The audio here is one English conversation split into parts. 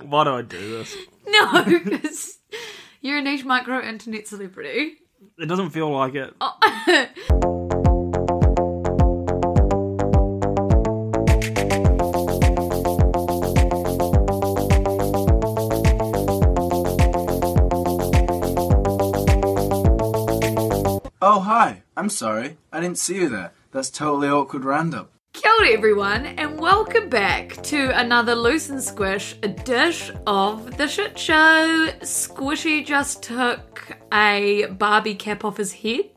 Why do I do this? No, because you're a niche micro internet celebrity. It doesn't feel like it. Oh. Oh, hi. I'm sorry. I didn't see you there. That's totally awkward random. Kia ora, everyone, and welcome back to another Loose and Squish, a dish of the shit show. Squishy just took a Barbie cap off his head.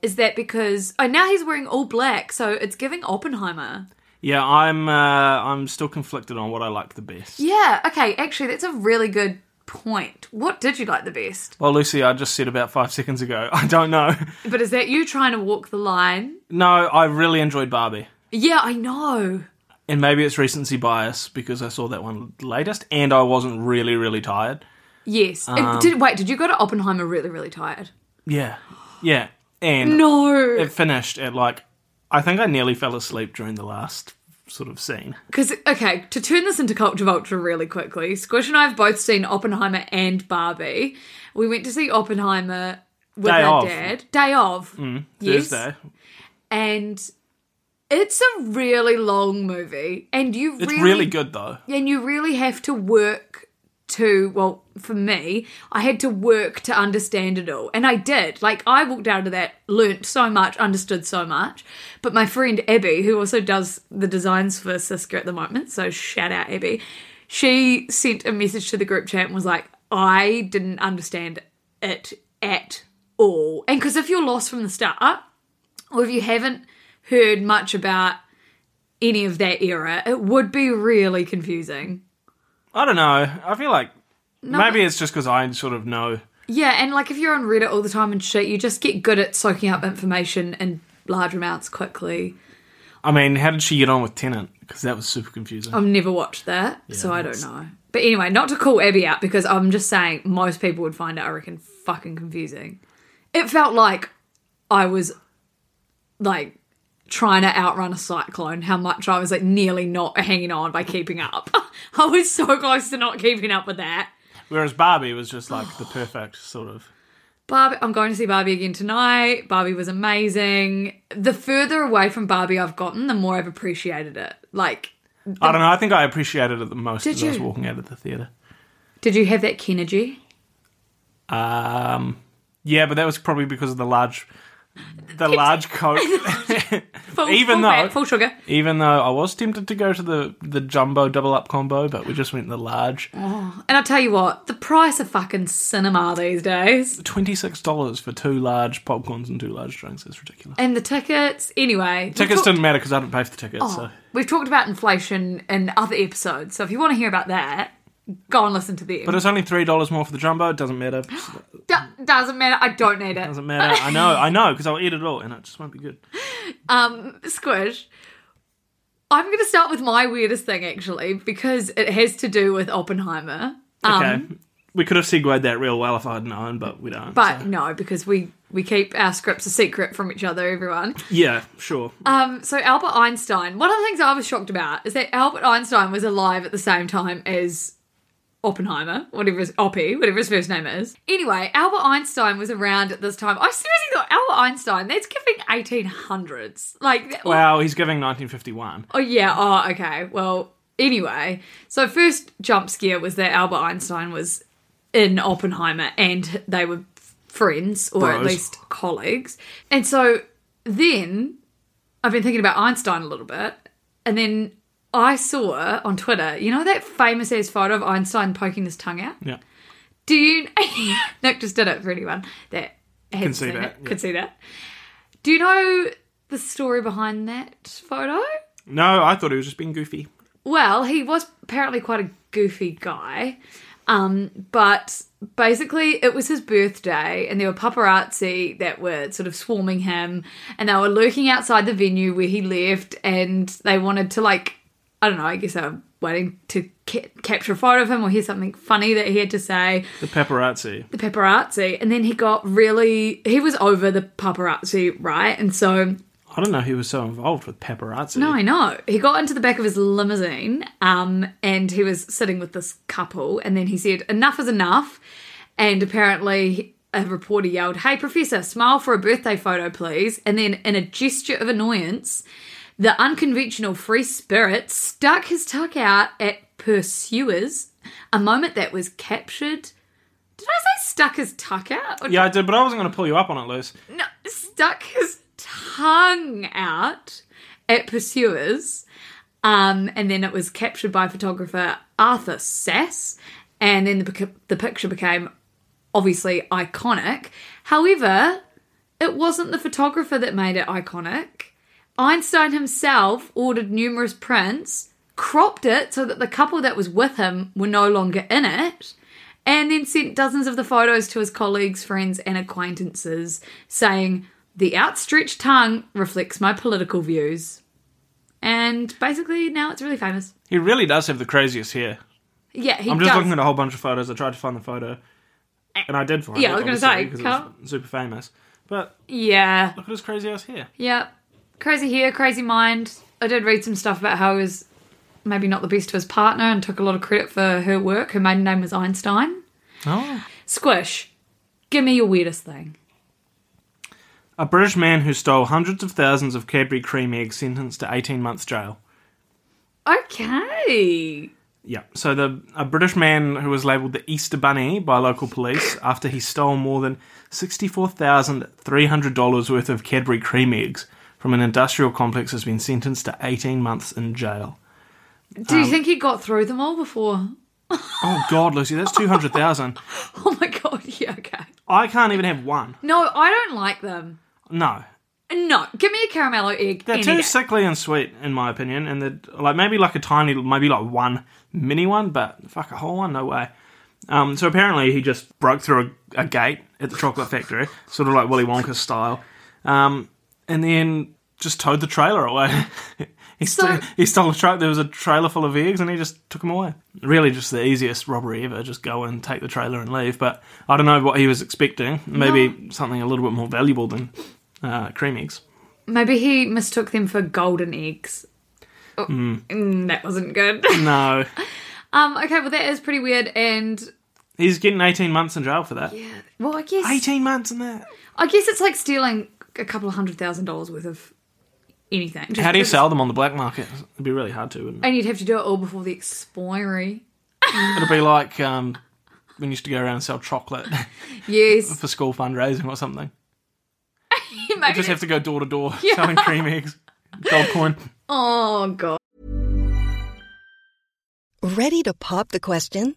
Is that because. Oh, now he's wearing all black, so it's giving Oppenheimer. Yeah, I'm. Uh, I'm still conflicted on what I like the best. Yeah, okay, actually, that's a really good point. What did you like the best? Well, Lucy, I just said about five seconds ago. I don't know. But is that you trying to walk the line? No, I really enjoyed Barbie, Yeah, I know. and maybe it's recency bias because I saw that one latest, and I wasn't really, really tired. Yes. It- Um, did, wait, did you go to Oppenheimer really, really tired? Yeah, yeah, and No. it finished at like I think I nearly fell asleep during the last sort of scene. Because, okay, to turn this into Culture Vulture really quickly, Squish and I have both seen Oppenheimer and Barbie. We went to see Oppenheimer with Day our of. Mm, dad. Day of. yes. Thursday. And it's a really long movie. And you It's really, really, good though. And you really have to work to, well, for me, I had to work to understand it all. And I did. Like, I walked out of that, learnt so much, understood so much. But my friend Abby, who also does the designs for Cisco at the moment, so shout out Abby, she sent a message to the group chat and was like, I didn't understand it at all. And because if you're lost from the start, or if you haven't heard much about any of that era, it would be really confusing. I don't know. I feel like maybe it's just because I sort of know. Yeah, and like if you're on Reddit all the time and shit, you just get good at soaking up information in large amounts quickly. I mean, how did she get on with Tenant? Because that was super confusing. I've never watched that, so I don't know. But anyway, not to call Abby out because I'm just saying most people would find it, I reckon, fucking confusing. It felt like I was like trying to outrun a cyclone, how much I was like nearly not hanging on by keeping up. I was so close to not keeping up with that. Whereas Barbie was just like the perfect sort of. Barbie, I'm going to see Barbie again tonight. Barbie was amazing. The further away from Barbie I've gotten, the more I've appreciated it. Like, I don't know. I think I appreciated it the most Did as I was you? walking out of the theater. did you have that Kennergy? Um, yeah, but that was probably because of the large, the large coat. Full, Even full though- fat, full sugar. Even though I was tempted to go to the the jumbo double up combo, but we just went the large. And I'll tell you what, the price of fucking cinema these days Twenty six dollars for two large popcorns and two large drinks is ridiculous. and the tickets. Anyway, we've Tickets talked- didn't matter because I didn't pay for the tickets. So We've talked about inflation in other episodes, so if you want to hear about that, go and listen to them. But it's only three dollars more for the jumbo. It doesn't matter. It Do- doesn't matter. I don't need it. doesn't matter. I know. I know because I'll eat it all, and it just won't be good. Squish. I'm going to start with my weirdest thing actually because it has to do with Oppenheimer. Um, Okay. we could have segued that real well if I had known, but we don't. But no, because we we keep our scripts a secret from each other, everyone. yeah, sure. Um, so Albert Einstein. One of the things I was shocked about is that Albert Einstein was alive at the same time as Oppenheimer, whatever his Oppie, whatever his first name is. Anyway, Albert Einstein was around at this time. I seriously thought Albert Einstein. That's giving eighteen hundreds. Like wow, he's giving 1951. Oh yeah. Oh okay. Well, anyway, so first jump scare was that Albert Einstein was in Oppenheimer and they were friends or at Bros. least colleagues. And so then I've been thinking about Einstein a little bit and then I saw on Twitter, you know that famous ass photo of Einstein poking his tongue out? Yeah. Do you Nick just did it for anyone that can see that, yeah. Could see that. Do you know the story behind that photo? No, I thought he was just being goofy. Well, he was apparently quite a goofy guy. Um, but basically, it was his birthday, and there were paparazzi that were sort of swarming him, and they were lurking outside the venue where he lived, and they wanted to, like, I don't know, I guess they were waiting to ca- capture a photo of him or hear something funny that he had to say The paparazzi. the paparazzi and then he got really he was over the paparazzi right and so I don't know he was so involved with paparazzi. no i know he got into the back of his limousine um and he was sitting with this couple and then he said enough is enough and apparently a reporter yelled hey professor smile for a birthday photo please and then in a gesture of annoyance the unconventional free spirit stuck his tuck out at pursuers a moment that was captured did i say stuck his tuck out or Yeah, I did, but I wasn't going to pull you up on it, Luce. no, stuck his tongue out at pursuers. Um, and then it was captured by photographer Arthur Sass. And then the, pic- the picture became obviously iconic. However, it wasn't the photographer that made it iconic. Einstein himself ordered numerous prints, cropped it so that the couple that was with him were no longer in it, and then sent dozens of the photos to his colleagues, friends, and acquaintances, saying, The outstretched tongue reflects my political views. And basically, now it's really famous. He really does have the craziest hair. Yeah, he I'm just does. looking at a whole bunch of photos. I tried to find the photo, and I did find Yeah, it. I was gonna obviously, say, because it can't- was super famous. But yeah, look at his crazy ass hair. yeah. Crazy hair, crazy mind. I did read some stuff about how he was maybe not the best to his partner and took a lot of credit for her work. Her maiden name was Einstein. Oh. Squish, give me your weirdest thing. A British man who stole hundreds of thousands of Cadbury cream eggs sentenced to 18 months jail. Okay. Yeah. So the a British man who was labelled the Easter Bunny by local police after he stole more than sixty-four thousand three hundred dollars worth of Cadbury cream eggs from an industrial complex has been sentenced to eighteen months in jail. Do Um, you think he got through them all before? Oh God, Lucy, that's two hundred thousand. Oh my god, yeah, okay. I can't even have one. No, I don't like them. No. No, give me a caramello egg. They're any too day. sickly and sweet, in my opinion, and they're like maybe like a tiny, maybe like one mini one, but fuck a whole one, no way. Um, so apparently he just broke through a, a gate at the chocolate factory, sort of like Willy Wonka style, um, and then just towed the trailer away. he, So- stole, he stole a truck. There was a trailer full of eggs, and he just took them away. Really, just the easiest robbery ever. Just go and take the trailer and leave. But I don't know what he was expecting. Maybe something a little bit more valuable than uh, cream eggs. Maybe he mistook them for golden eggs. Oh, Hmm. mm, that wasn't good. No. um, okay, well that is pretty weird and He's getting 18 months in jail for that. well I guess 18 months in that. I guess it's like stealing a couple of hundred thousand dollars worth of anything. Just How do you because- sell them on the black market? It'd be really hard to, wouldn't it? And you'd have to do it all before the expiry. It'd be like um, when you used to go around and sell chocolate Yes. for school fundraising or something. You Maybe just have to go door to door selling cream eggs, gold coin. Oh god. Ready to pop the question?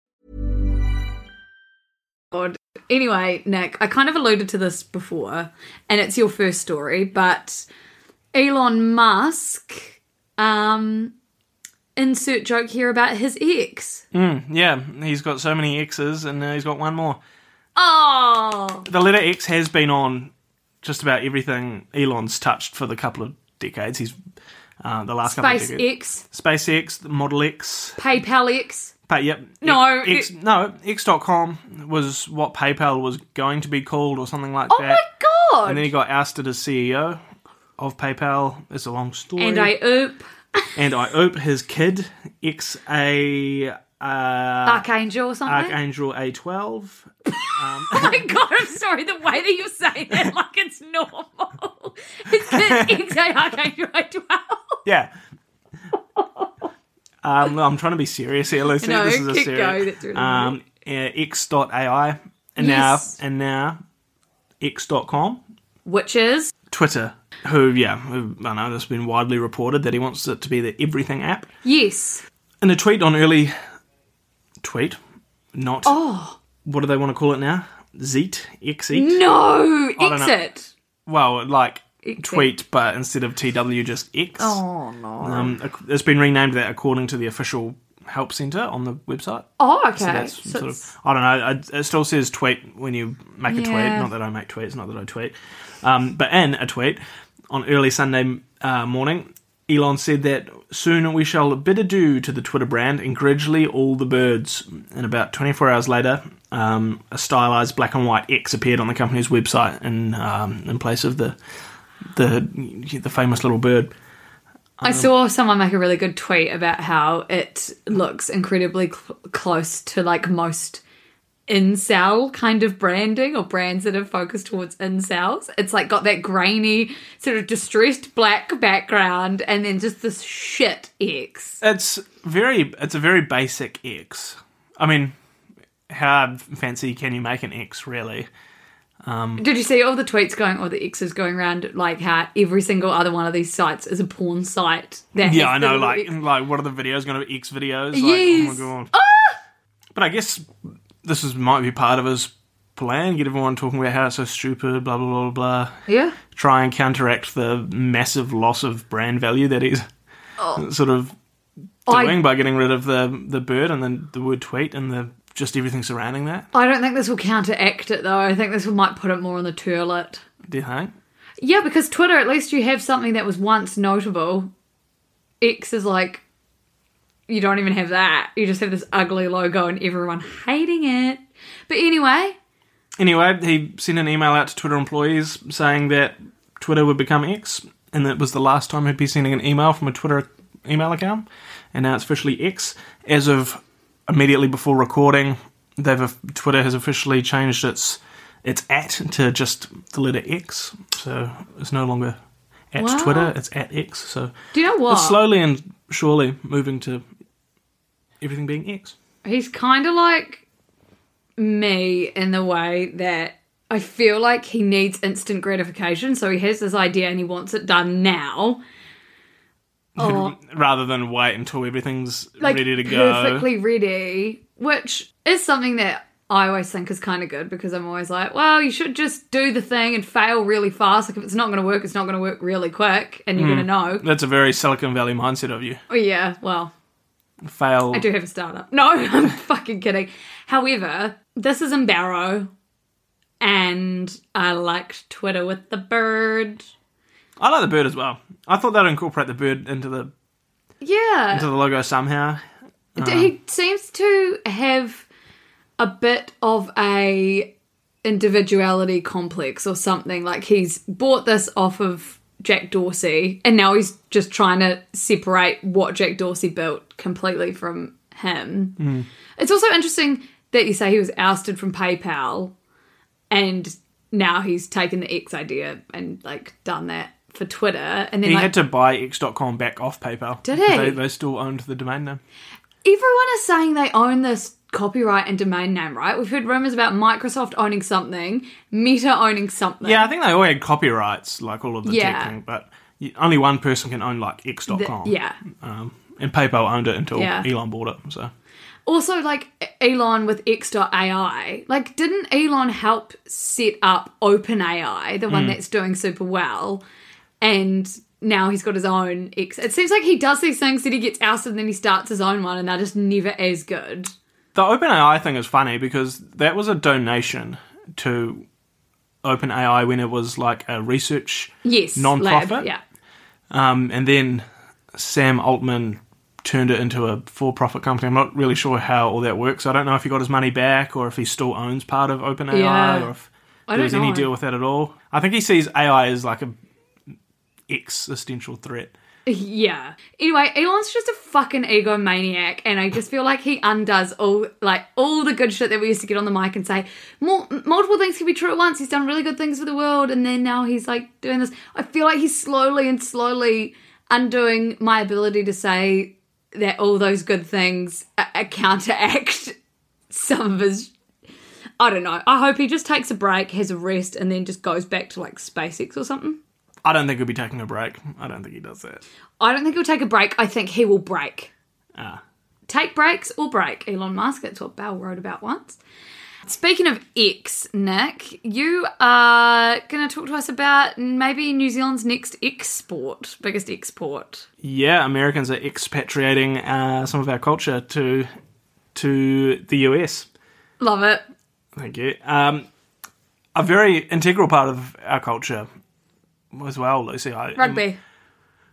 God. Anyway, Nick, I kind of alluded to this before, and it's your first story, but Elon Musk, um, insert joke here about his ex. Mm, yeah, he's got so many X's and now he's got one more. Oh, The letter X has been on just about everything Elon's touched for the couple of decades. He's uh, the last couple of Space decades. X, SpaceX, the Model X, PayPal X. But yep. No, X, X, no, X.com was what PayPal was going to be called or something like Oh that. my Uh, And god! then he got ousted as CEO of PayPal. It's a long story. And I oop, and I ope his kid, X A uh, Archangel or something. Archangel A twelve. Oh my god, I'm sorry, the way that you're saying it like it's normal. It's the X A Archangel 12. Yeah. Um, no, I'm trying to be serious here, Lucy. No, this is a keep serious. going, that's really um, uh, X.ai and Yes. now and now X.com, Which is Twitter. Who, yeah, who, I know this has been widely reported that he wants it to be the everything app. yes. In a tweet on early tweet, not Oh what do they want to call it now? Zeet, Xeet. no, I don't know. exit. Well, like Xeet. tweet, but instead of TW, just X. Oh no. Um, ac- it's been renamed that according to the official help centre on the website. Oh okay. So that's So sort it's- of I don't know. I- It still says tweet when you make a tweet. Yeah. Not that I make tweets. Not that I tweet. Um, but in a tweet on early Sunday uh, morning, Elon said that soon we shall bid adieu to the Twitter brand and gradually all the birds. And about 24 hours later, um, a stylized black and white X appeared on the company's website in um, in place of the the the famous little bird. I saw someone make a really good tweet about how it looks incredibly cl- close to like most incel kind of branding or brands that are focused towards incels. It's like got that grainy, sort of distressed black background and then just this shit X. It's very. It's a very basic X. I mean, how fancy can you make an X, really? Did you see all the tweets going, or the X's going around like how every single other one of these sites is a porn site? That Yeah, has I the know. little Like, X. like, what are the videos going to be? X videos. Like, Yes. Ah! Oh my god. But I guess this is might be part of his plan. Get everyone talking about how it's so stupid. Blah blah blah blah. blah. yeah. Try and counteract the massive loss of brand value that he's sort of Oh. I- doing by getting rid of the the bird and then the word tweet and the just everything surrounding that. I don't think this will counteract it though. I think this will might put it more on the turlet. Do you think? Yeah, because Twitter, at least you have something that was once notable. X is like, you don't even have that. You just have this ugly logo and everyone hating it. But anyway, Anyway, he sent an email out to Twitter employees saying that Twitter would become X, and that was the last time he'd be sending an email from a Twitter email account, and now it's officially X. As of immediately before recording, they've Twitter has officially changed its its at to just the letter X, so it's no longer at Wow. Twitter, it's at X. So do you know what? it's slowly and surely moving to everything being X. He's kind of like me in the way that I feel like he needs instant gratification. So he has this idea and he wants it done now. Oh. Rather than wait until everything's like ready to go. perfectly ready, which is something that I always think is kind of good because I'm always like, well, you should just do the thing and fail really fast. Like if it's not going to work, it's not going to work really quick, and you're Hmm. going to know. That's a very Silicon Valley mindset of you. Oh yeah, well, Fail. I do have a startup. No, I'm fucking kidding. However, this is in Barrow, and I liked Twitter with the bird. I like the bird as well. I thought they'd incorporate the bird into the Yeah, into the logo somehow. D- Uh-huh. he seems to have a bit of a individuality complex or something like he's bought this off of jack dorsey and now he's just trying to separate what jack dorsey built completely from him Mm. it's also interesting that you say he was ousted from paypal and now he's taken the x idea and like done that for twitter and then He like had to buy X.com back off PayPal. Did he? They, they still owned the domain name. Everyone is saying they own this copyright and domain name, right? We've heard rumors about Microsoft owning something, Meta owning something. Yeah, I think they all had copyrights, like all of the Yeah. tech thing, but you, only one person can own like X.com. Th- yeah. Um, and PayPal owned it until Yeah. Elon bought it. So Also, like E, Elon with X.ai, like didn't Elon help set up OpenAI, the Mm. one that's doing super well, and now he's got his own X. It seems like he does these things that he gets ousted and then he starts his own one, and they're just never as good. the OpenAI thing is funny because that was a donation to OpenAI when it was like a research Yes, Non-profit? lab, yeah. Um, and then Sam Altman turned it into a for-profit company. I'm not really sure how all that works. I don't know if he got his money back or if he still owns part of OpenAI Yeah. or if I there don't was any know. deal with that at all. I think he sees AI as like a existential threat. Yeah. Anyway, Elon's just a fucking egomaniac, and I just feel like he undoes all like all the good shit that we used to get on the mic and say Mul- multiple things can be true at once. He's done really good things for the world, and then now he's like doing this. I feel like he's slowly and slowly undoing my ability to say that all those good things uh, uh, counteract some of his. I don't know. I hope he just takes a break, has a rest, and then just goes back to like SpaceX or something. I don't think he'll be taking a break. I don't think he does that. I don't think he'll take a break. I think he will break. Ah. Take breaks or break, Elon Musk. That's what Bell wrote about once. Speaking of X, Nick, you are going to talk to us about maybe New Zealand's next export, biggest export. Yeah, Americans are expatriating uh, some of our culture to to the US. Love it. Thank you. Um, a very integral part of our culture as well, Lucy. I, Rugby.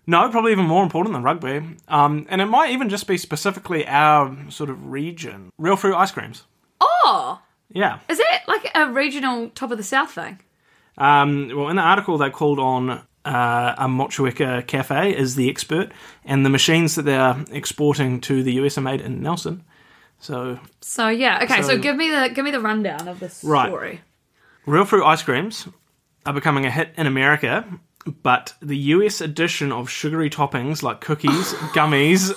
No, probably even more important than rugby. Um, and it might even just be specifically our sort of region. Real fruit ice creams. Oh, Yeah. is it like a regional top of the south thing? Um, well, in the article, they called on uh, a Mochueka cafe as the expert, and the machines that they're exporting to the US are made in Nelson. So, So yeah, okay. So, So- give me the give me the rundown of this Right. story. real fruit ice creams are becoming a hit in America, but the US edition of sugary toppings like cookies, gummies,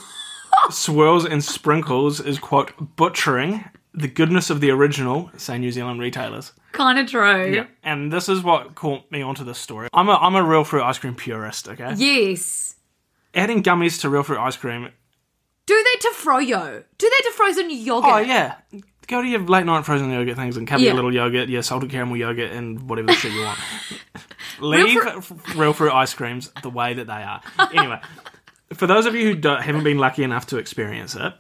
swirls, and sprinkles is, quote, butchering the goodness of the original, say New Zealand retailers. Kind of true. Yeah. And this is what caught me onto this story. I'm a, I'm a real fruit ice cream purist, okay? Yes. Adding gummies to real fruit ice cream. Do that to froyo. Do that to frozen yogurt. Oh, yeah. Go to your late night frozen yogurt things and cover Yeah. your little yogurt, your salted caramel yogurt, and whatever the shit you want. Leave Real real fruit-, ice creams the way that they are. Anyway, for those of you who don't, haven't been lucky enough to experience it,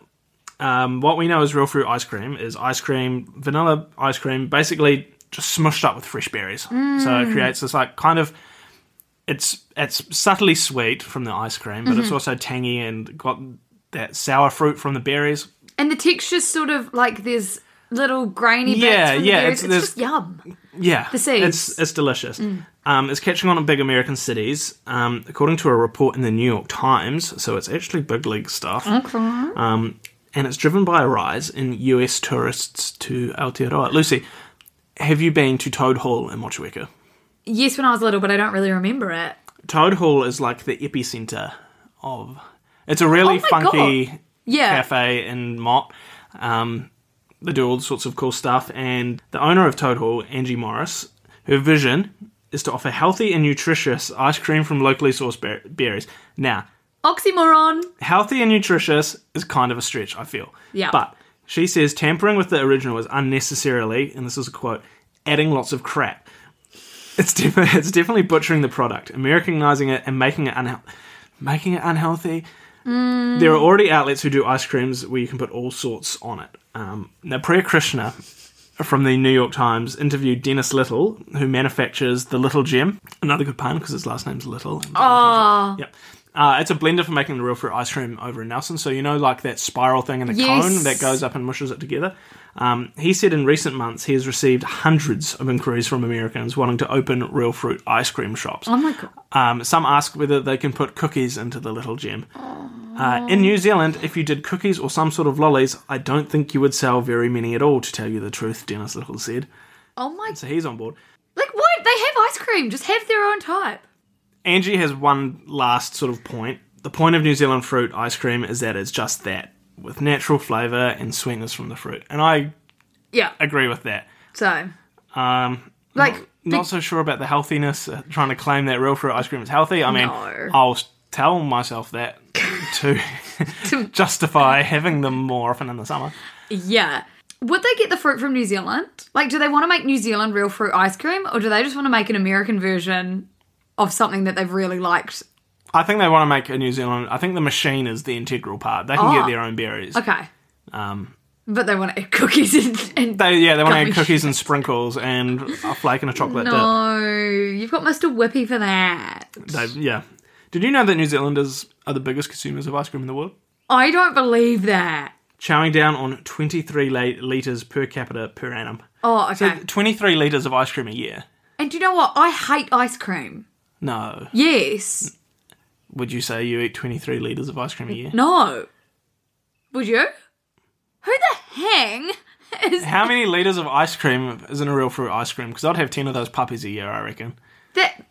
um, what we know as real fruit ice cream is ice cream, vanilla ice cream, basically just smushed up with fresh berries. So Mm. it creates this like kind of it's it's subtly sweet from the ice cream, but Mm-hmm. it's also tangy and got that sour fruit from the berries. And the texture's sort of like there's little grainy bits Yeah, from yeah, the berries. It's, it's- there's- just yum. Yeah, The seeds. It's it's delicious. Um, it's catching on in big American cities, um, according to a report in the New York Times. So it's actually big league stuff. Um, and it's driven by a rise in U.S. tourists to Aotearoa. Lucy, have you been to Toad Hall in Motueka? Yes, when I was little, but I don't really remember it. Toad Hall is like the epicenter of. It's a really Oh my funky God. Yeah. cafe in Mott. Um, they do all sorts of cool stuff, and the owner of Toad Hall, Angie Morris, her vision is to offer healthy and nutritious ice cream from locally sourced ber- berries. Now, Oxymoron. healthy and nutritious is kind of a stretch, I feel. Yeah. But she says tampering with the original is unnecessarily, and this is a quote, adding lots of crap. It's, def- it's definitely butchering the product, Americanizing it and making it unhealthy. Making it unhealthy. There are already outlets who do ice creams where you can put all sorts on it. Um, now, Priya Krishna from the New York Times interviewed Dennis Little, who manufactures the Little Gem. Another good pun because his last name's Little. Oh, Yep. Uh, it's a blender for making the real fruit ice cream over in Nelson. So you know, like that spiral thing in the Yes. cone that goes up and mushes it together. Um, he said in recent months he has received hundreds of inquiries from Americans wanting to open real fruit ice cream shops. oh my god. Um, some ask whether they can put cookies into the little gem. Uh, in New Zealand, if you did cookies or some sort of lollies, I don't think you would sell very many at all, to tell you the truth, Dennis Little said. Oh my. So he's on board. Like what? They have ice cream. Just have their own type. Angie has one last sort of point. The point of New Zealand fruit ice cream is that it's just that, with natural flavour and sweetness from the fruit. And I Yeah. agree with that. So Um, like. not so sure about the healthiness, uh, trying to claim that real fruit ice cream is healthy. I mean, No. I'll s- tell myself that to justify having them more often in the summer. Yeah. Would they get the fruit from New Zealand? Like, do they want to make New Zealand real fruit ice cream, or do they just want to make an American version of something that they've really liked? I think they want to make a New Zealand. I think the machine is the integral part. They can Ah. get their own berries. Okay. Um. But they want to add cookies and, and They, yeah, they want to Gummy add cookies and sprinkles and a flake and a chocolate dip. no, you've got Mr. Whippy for that. They- yeah. Did you know that New Zealanders are the biggest consumers of ice cream in the world? I don't believe that. Chowing down on 23 la- litres per capita per annum. Oh, So okay. 23 litres of ice cream a year. and do you know what? I hate ice cream. No. Yes. Would you say you eat 23 litres of ice cream a year? No. Would you? Who the hang is How many litres of ice cream is in a real fruit ice cream? Because I'd have 10 of those puppies a year, I reckon. that?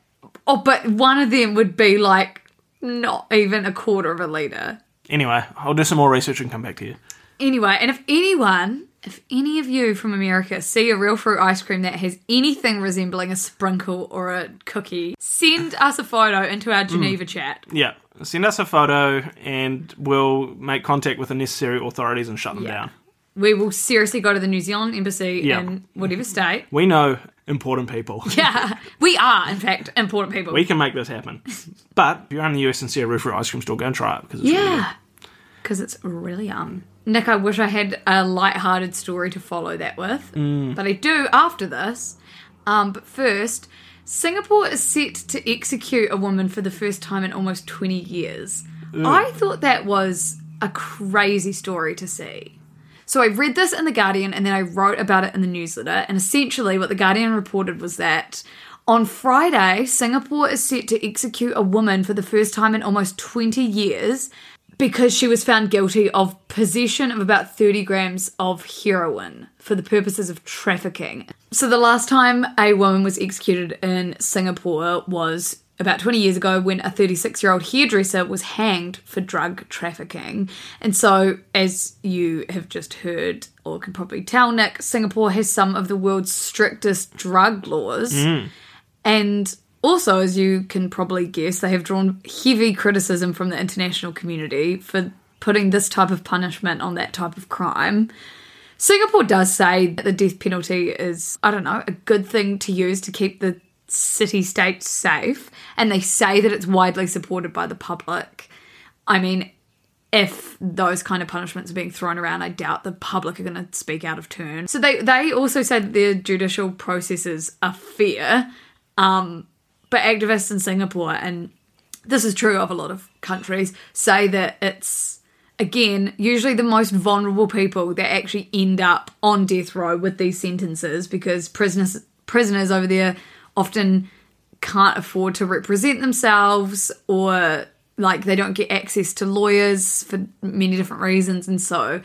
Oh, but one of them would be like not even a quarter of a liter. Anyway, I'll do some more research and come back to you. Anyway, and if anyone, if any of you from America see a real fruit ice cream that has anything resembling a sprinkle or a cookie, send us a photo into our Geneva chat. Yeah. Send us a photo and we'll make contact with the necessary authorities and shut them down. We will seriously go to the New Zealand embassy Yeah. in whatever state. We know important people. Yeah, we are, in fact, important people. We can make this happen. But if you're in the US and see a roof for ice cream store, go and try it because it's really good. yeah, because it's really yum. Nick, I wish I had a light-hearted story to follow that with, Mm. but I do after this. Um, but first, Singapore is set to execute a woman for the first time in almost 20 years. I thought that was a crazy story to see. So I read this in The Guardian and then I wrote about it in the newsletter. And essentially, what The Guardian reported was that on Friday, Singapore is set to execute a woman for the first time in almost 20 years because she was found guilty of possession of about 30 grams of heroin for the purposes of trafficking. So the last time a woman was executed in Singapore was about 20 years ago when a 36 year old hairdresser was hanged for drug trafficking. And so, as you have just heard, or could probably tell, Nick, Singapore has some of the world's strictest drug laws. And also, as you can probably guess, they have drawn heavy criticism from the international community for putting this type of punishment on that type of crime. Singapore does say that the death penalty is, I don't know, a good thing to use to keep the city state safe. And they say that it's widely supported by the public. I mean, if those kind of punishments are being thrown around, I doubt the public are going to speak out of turn. So they, they also say that their judicial processes are fair but activists in Singapore, and this is true of a lot of countries, say that it's again usually the most vulnerable people that actually end up on death row with these sentences because prisoners prisoners over there often can't afford to represent themselves or like they don't get access to lawyers for many different reasons and so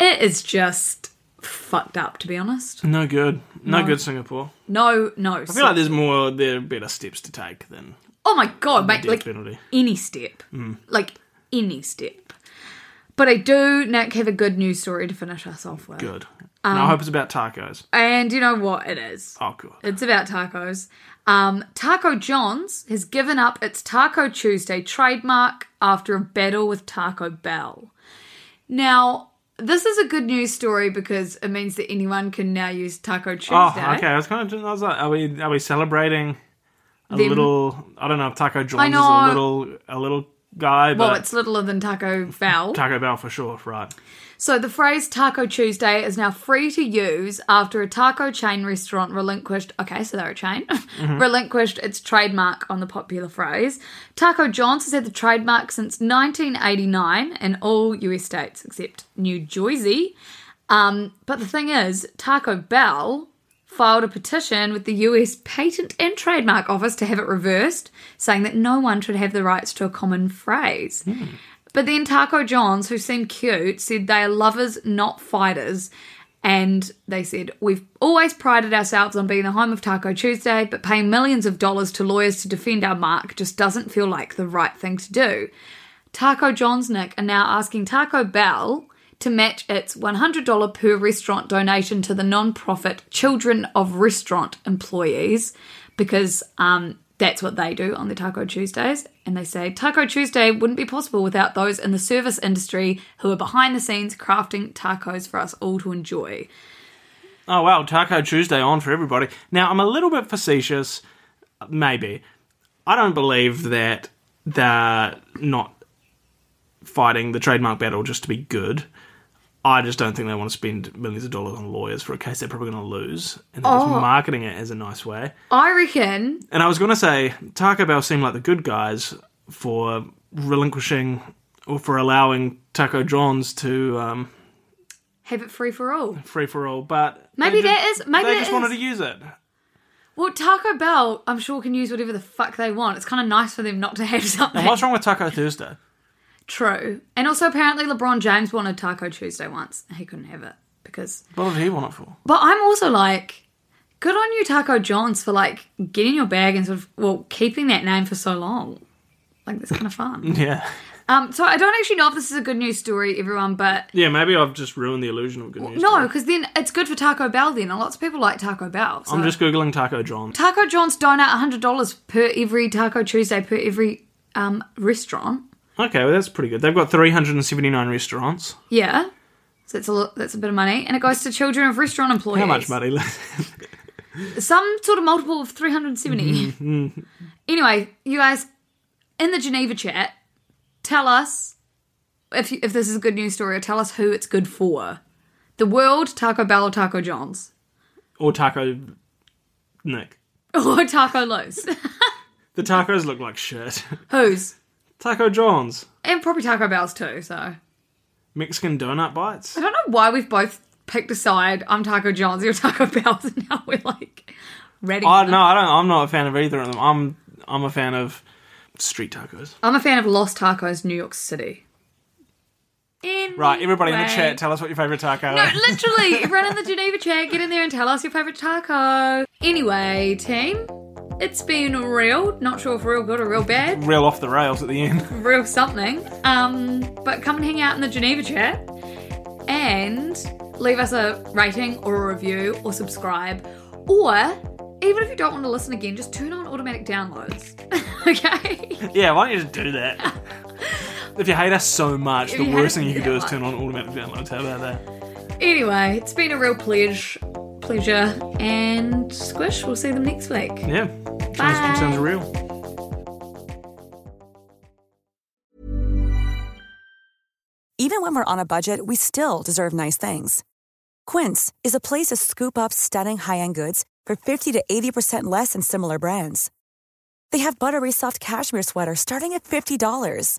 it is just fucked up to be honest No good. No, good, Singapore. no no I feel like there's more, there are better steps to take than Oh my god, mate! death Like penalty. any step, like any step. But I do, Nick, have a good news story to finish us off with. good. Um, and I hope it's about tacos. And you know what? It is. Oh, cool. It's about tacos. Um, Taco John's has given up its Taco Tuesday trademark after a battle with Taco Bell. Now, this is a good news story because it means that anyone can now use Taco Tuesday. Oh, okay. I was kind of. I was like, are we are we celebrating a Them- little? I don't know. if Taco John's is a know. little a little guy, but Well, it's littler than Taco Bell. Taco Bell for sure, right? So the phrase Taco Tuesday is now free to use after a taco chain restaurant relinquished. Okay, so they're a chain. relinquished its trademark on the popular phrase. Taco John's has had the trademark since 1989 in all US states except New Jersey. Um, but the thing is, Taco Bell filed a petition with the US Patent and Trademark Office to have it reversed, saying that no one should have the rights to a common phrase. But then Taco Johns, who seemed cute, said they are lovers, not fighters. And they said, We've always prided ourselves on being the home of Taco Tuesday, but paying millions of dollars to lawyers to defend our mark just doesn't feel like the right thing to do. Taco John's Nick are now asking Taco Bell to match its $100 per restaurant donation to the non-profit Children of Restaurant Employees because um, that's what they do on the Taco Tuesdays. And they say Taco Tuesday wouldn't be possible without those in the service industry who are behind the scenes crafting tacos for us all to enjoy. Oh wow, Taco Tuesday on for everybody. Now I'm a little bit facetious, maybe. I don't believe that they're not fighting the trademark battle just to be good. I just don't think they want to spend millions of dollars on lawyers for a case they're probably going to lose, and they're Oh. just marketing it as a nice way. I reckon And I was going to say, Taco Bell seemed like the good guys for relinquishing or for allowing Taco John's to um, have it free for all. free for all, but Maybe they that is- maybe they that just wanted is. to use it. Well, Taco Bell, I'm sure can use whatever the fuck they want. It's kind of nice for them not to have something. And what's wrong with Taco Thursday? True. And also, apparently, LeBron James wanted Taco Tuesday once, and he couldn't have it because. What did he want it for? But I'm also like, good on you, Taco Johns, for like getting your bag and sort of well keeping that name for so long. Like that's kind of fun. Yeah, Um, so I don't actually know if this is a good news story, everyone, but Yeah, maybe I've just ruined the illusion of good news. no, Story. because then it's good for Taco Bell. Then and lots of people like Taco Bell. so- I'm just googling Taco John. Taco John's dine out hundred dollars per every Taco Tuesday per every um restaurant. Okay, well that's pretty good. They've got 379 restaurants. Yeah, so that's a lot, that's a bit of money, and it goes to children of restaurant employees. How much money? Some sort of multiple of three hundred seventy. Mm-hmm. anyway, you guys in the Geneva chat, tell us if you, if this is a good news story, or tell us who it's good for. The world, Taco Bell, or Taco John's, or Taco Nick. or Taco Lowe's. The tacos look like shit. Who's Taco John's. and probably Taco Bell's too. So Mexican donut bites. I don't know why we've both picked a side. I'm Taco John's, you're Taco Bell's, and now we're like ready. I Oh, Uh, no, I don't. I'm not a fan of either of them. I'm I'm a fan of street tacos. I'm a fan of Lost Tacos, New York City. Anyway. Right, everybody in the chat, tell us what your favorite taco. No, is. literally, everyone in the Geneva chat, get in there and tell us your favourite taco. Anyway, team, it's been real. Not sure if real good or real bad. Reel off the rails at the end. real something. Um, but come and hang out in the Geneva chat and leave us a rating or a review or subscribe. Or even if you don't want to listen again, just turn on automatic downloads. okay? Yeah, why don't you just do that? if you hate us so much, If the you hate worst us thing you can that do is much. turn on automatic downloads. How about that? Anyway, it's been a real pleasure. Pleasure and squish. We'll see them next week. Yeah, Bye. sounds, sounds real. Even when we're on a budget, we still deserve nice things. Quince is a place to scoop up stunning high end goods for 50 to 80% less than similar brands. They have buttery soft cashmere sweaters starting at $50,